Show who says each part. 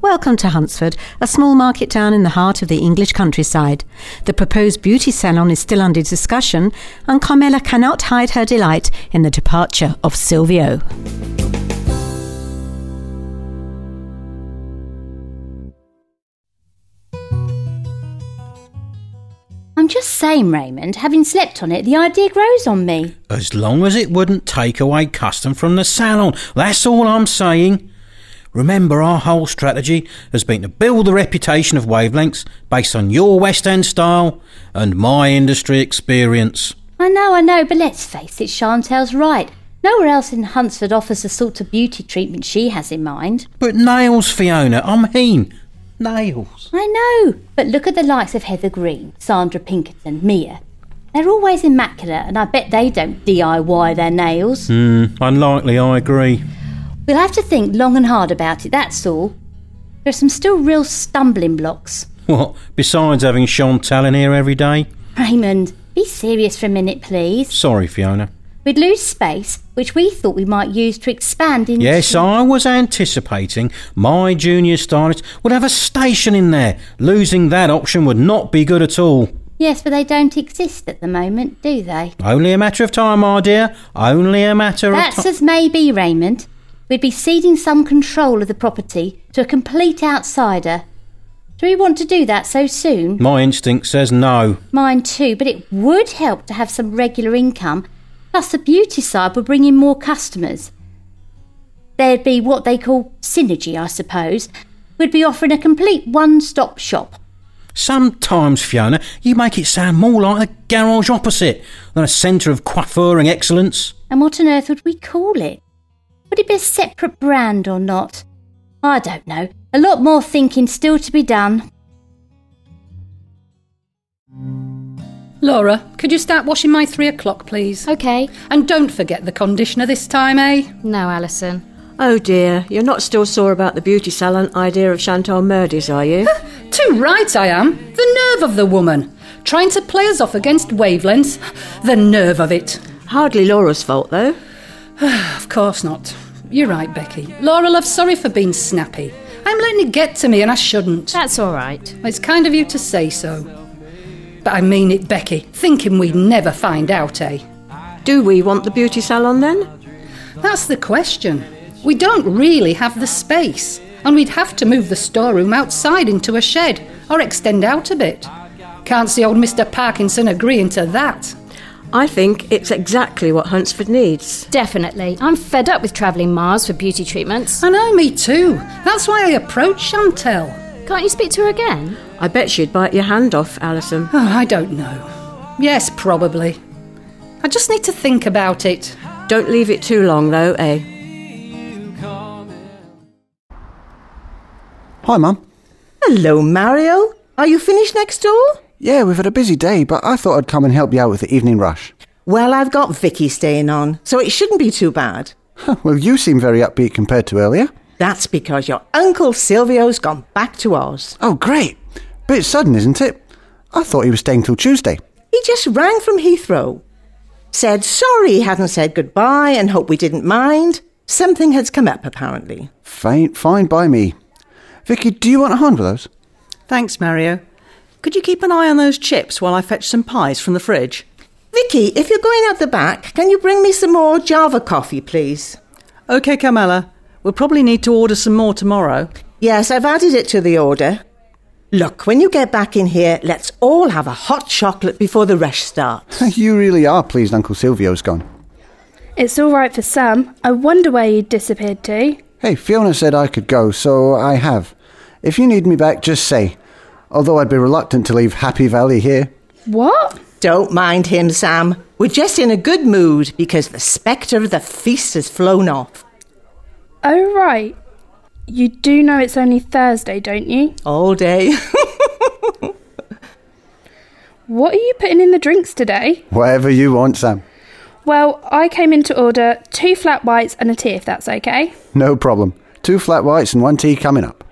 Speaker 1: Welcome to Huntsford, a small market town in the heart of the English countryside. The proposed beauty salon is still under discussion, and Carmela cannot hide her delight in the departure of Silvio.
Speaker 2: I'm just saying, Raymond, having slept on it, the idea grows on me.
Speaker 3: As long as it wouldn't take away custom from the salon. That's all I'm saying. Remember, our whole strategy has been to build the reputation of Wavelengths based on your West End style and my industry experience.
Speaker 2: I know, I know, but let's face it, Chantel's right. Nowhere else in Huntsford offers the sort of beauty treatment she has in mind.
Speaker 3: But nails, Fiona, I'm heen. Nails.
Speaker 2: I know, but look at the likes of Heather Green, Sandra Pinkerton, Mia. They're always immaculate, and I bet they don't DIY their nails.
Speaker 3: Unlikely, I agree.
Speaker 2: We'll have to think long and hard about it, that's all. There are some still real stumbling blocks.
Speaker 3: What, besides having Chantal in here every day?
Speaker 2: Raymond, be serious for a minute, please.
Speaker 3: Sorry, Fiona.
Speaker 2: We'd lose space, which we thought we might use to expand into.
Speaker 3: Yes, I was anticipating my junior stylist would have a station in there. Losing that option would not be good at all.
Speaker 2: Yes, but they don't exist at the moment, do they?
Speaker 3: Only a matter of time, my dear. Only a matter of
Speaker 2: That's
Speaker 3: time.
Speaker 2: as may be, Raymond. We'd be ceding some control of the property to a complete outsider. Do we want to do that so soon?
Speaker 3: My instinct says no.
Speaker 2: Mine too, but it would help to have some regular income. Plus, the beauty side would bring in more customers. There'd be what they call synergy, I suppose. We'd be offering a complete one stop shop.
Speaker 3: Sometimes, Fiona, you make it sound more like a garage opposite than a centre of coiffuring excellence.
Speaker 2: And what on earth would we call it? Would it be a separate brand or not? I don't know. A lot more thinking still to be done.
Speaker 4: Laura, could you start washing my three o'clock, please?
Speaker 5: Okay.
Speaker 4: And don't forget the conditioner this time, eh?
Speaker 5: No, Alison.
Speaker 6: Oh dear, you're not still sore about the beauty salon idea of Chantal Murdy's, are you?
Speaker 4: Too right I am. The nerve of the woman. Trying to play us off against wavelengths. The nerve of it.
Speaker 6: Hardly Laura's fault, though.
Speaker 4: Of course not. You're right, Becky. Laura, love, sorry for being snappy. I'm letting it get to me and I shouldn't.
Speaker 5: That's all right.
Speaker 4: It's kind of you to say so. But I mean it, Becky. Thinking we'd never find out, eh?
Speaker 6: Do we want the beauty salon then?
Speaker 4: That's the question. We don't really have the space, and we'd have to move the storeroom outside into a shed or extend out a bit. Can't see old Mr. Parkinson agreeing to that.
Speaker 6: I think it's exactly what Huntsford needs.
Speaker 5: Definitely. I'm fed up with travelling miles for beauty treatments.
Speaker 4: I know, me too. That's why I approached Chantel.
Speaker 5: Can't you speak to her again?
Speaker 6: I bet she'd bite your hand off, Alison.
Speaker 4: Oh, I don't know. Yes, probably. I just need to think about it.
Speaker 6: Don't leave it too long, though, eh?
Speaker 7: Hi, Mum.
Speaker 8: Hello, Mario. Are you finished next door?
Speaker 7: Yeah, we've had a busy day, but I thought I'd come and help you out with the evening rush.
Speaker 8: Well, I've got Vicky staying on, so it shouldn't be too bad.
Speaker 7: Huh, well, you seem very upbeat compared to earlier.
Speaker 8: That's because your Uncle Silvio's gone back to Oz.
Speaker 7: Oh, great. Bit sudden, isn't it? I thought he was staying till Tuesday.
Speaker 8: He just rang from Heathrow. Said sorry he hadn't said goodbye and hope we didn't mind. Something has come up, apparently.
Speaker 7: Fine, fine by me. Vicky, do you want a hand with those?
Speaker 9: Thanks, Mario. Could you keep an eye on those chips while I fetch some pies from the fridge?
Speaker 8: Vicky, if you're going out the back, can you bring me some more Java coffee, please?
Speaker 9: Okay, Carmela. We'll probably need to order some more tomorrow.
Speaker 8: Yes, I've added it to the order. Look, when you get back in here, let's all have a hot chocolate before the rush starts.
Speaker 7: you really are pleased Uncle Silvio's gone.
Speaker 10: It's all right for some. I wonder where you disappeared to.
Speaker 7: Hey, Fiona said I could go, so I have. If you need me back, just say. Although I'd be reluctant to leave Happy Valley here.
Speaker 10: What?
Speaker 8: Don't mind him, Sam. We're just in a good mood because the spectre of the feast has flown off.
Speaker 10: Oh, right. You do know it's only Thursday, don't you?
Speaker 8: All day.
Speaker 10: What are you putting in the drinks today?
Speaker 7: Whatever you want, Sam.
Speaker 10: Well, I came in to order two flat whites and a tea, if that's okay.
Speaker 7: No problem. Two flat whites and one tea coming up.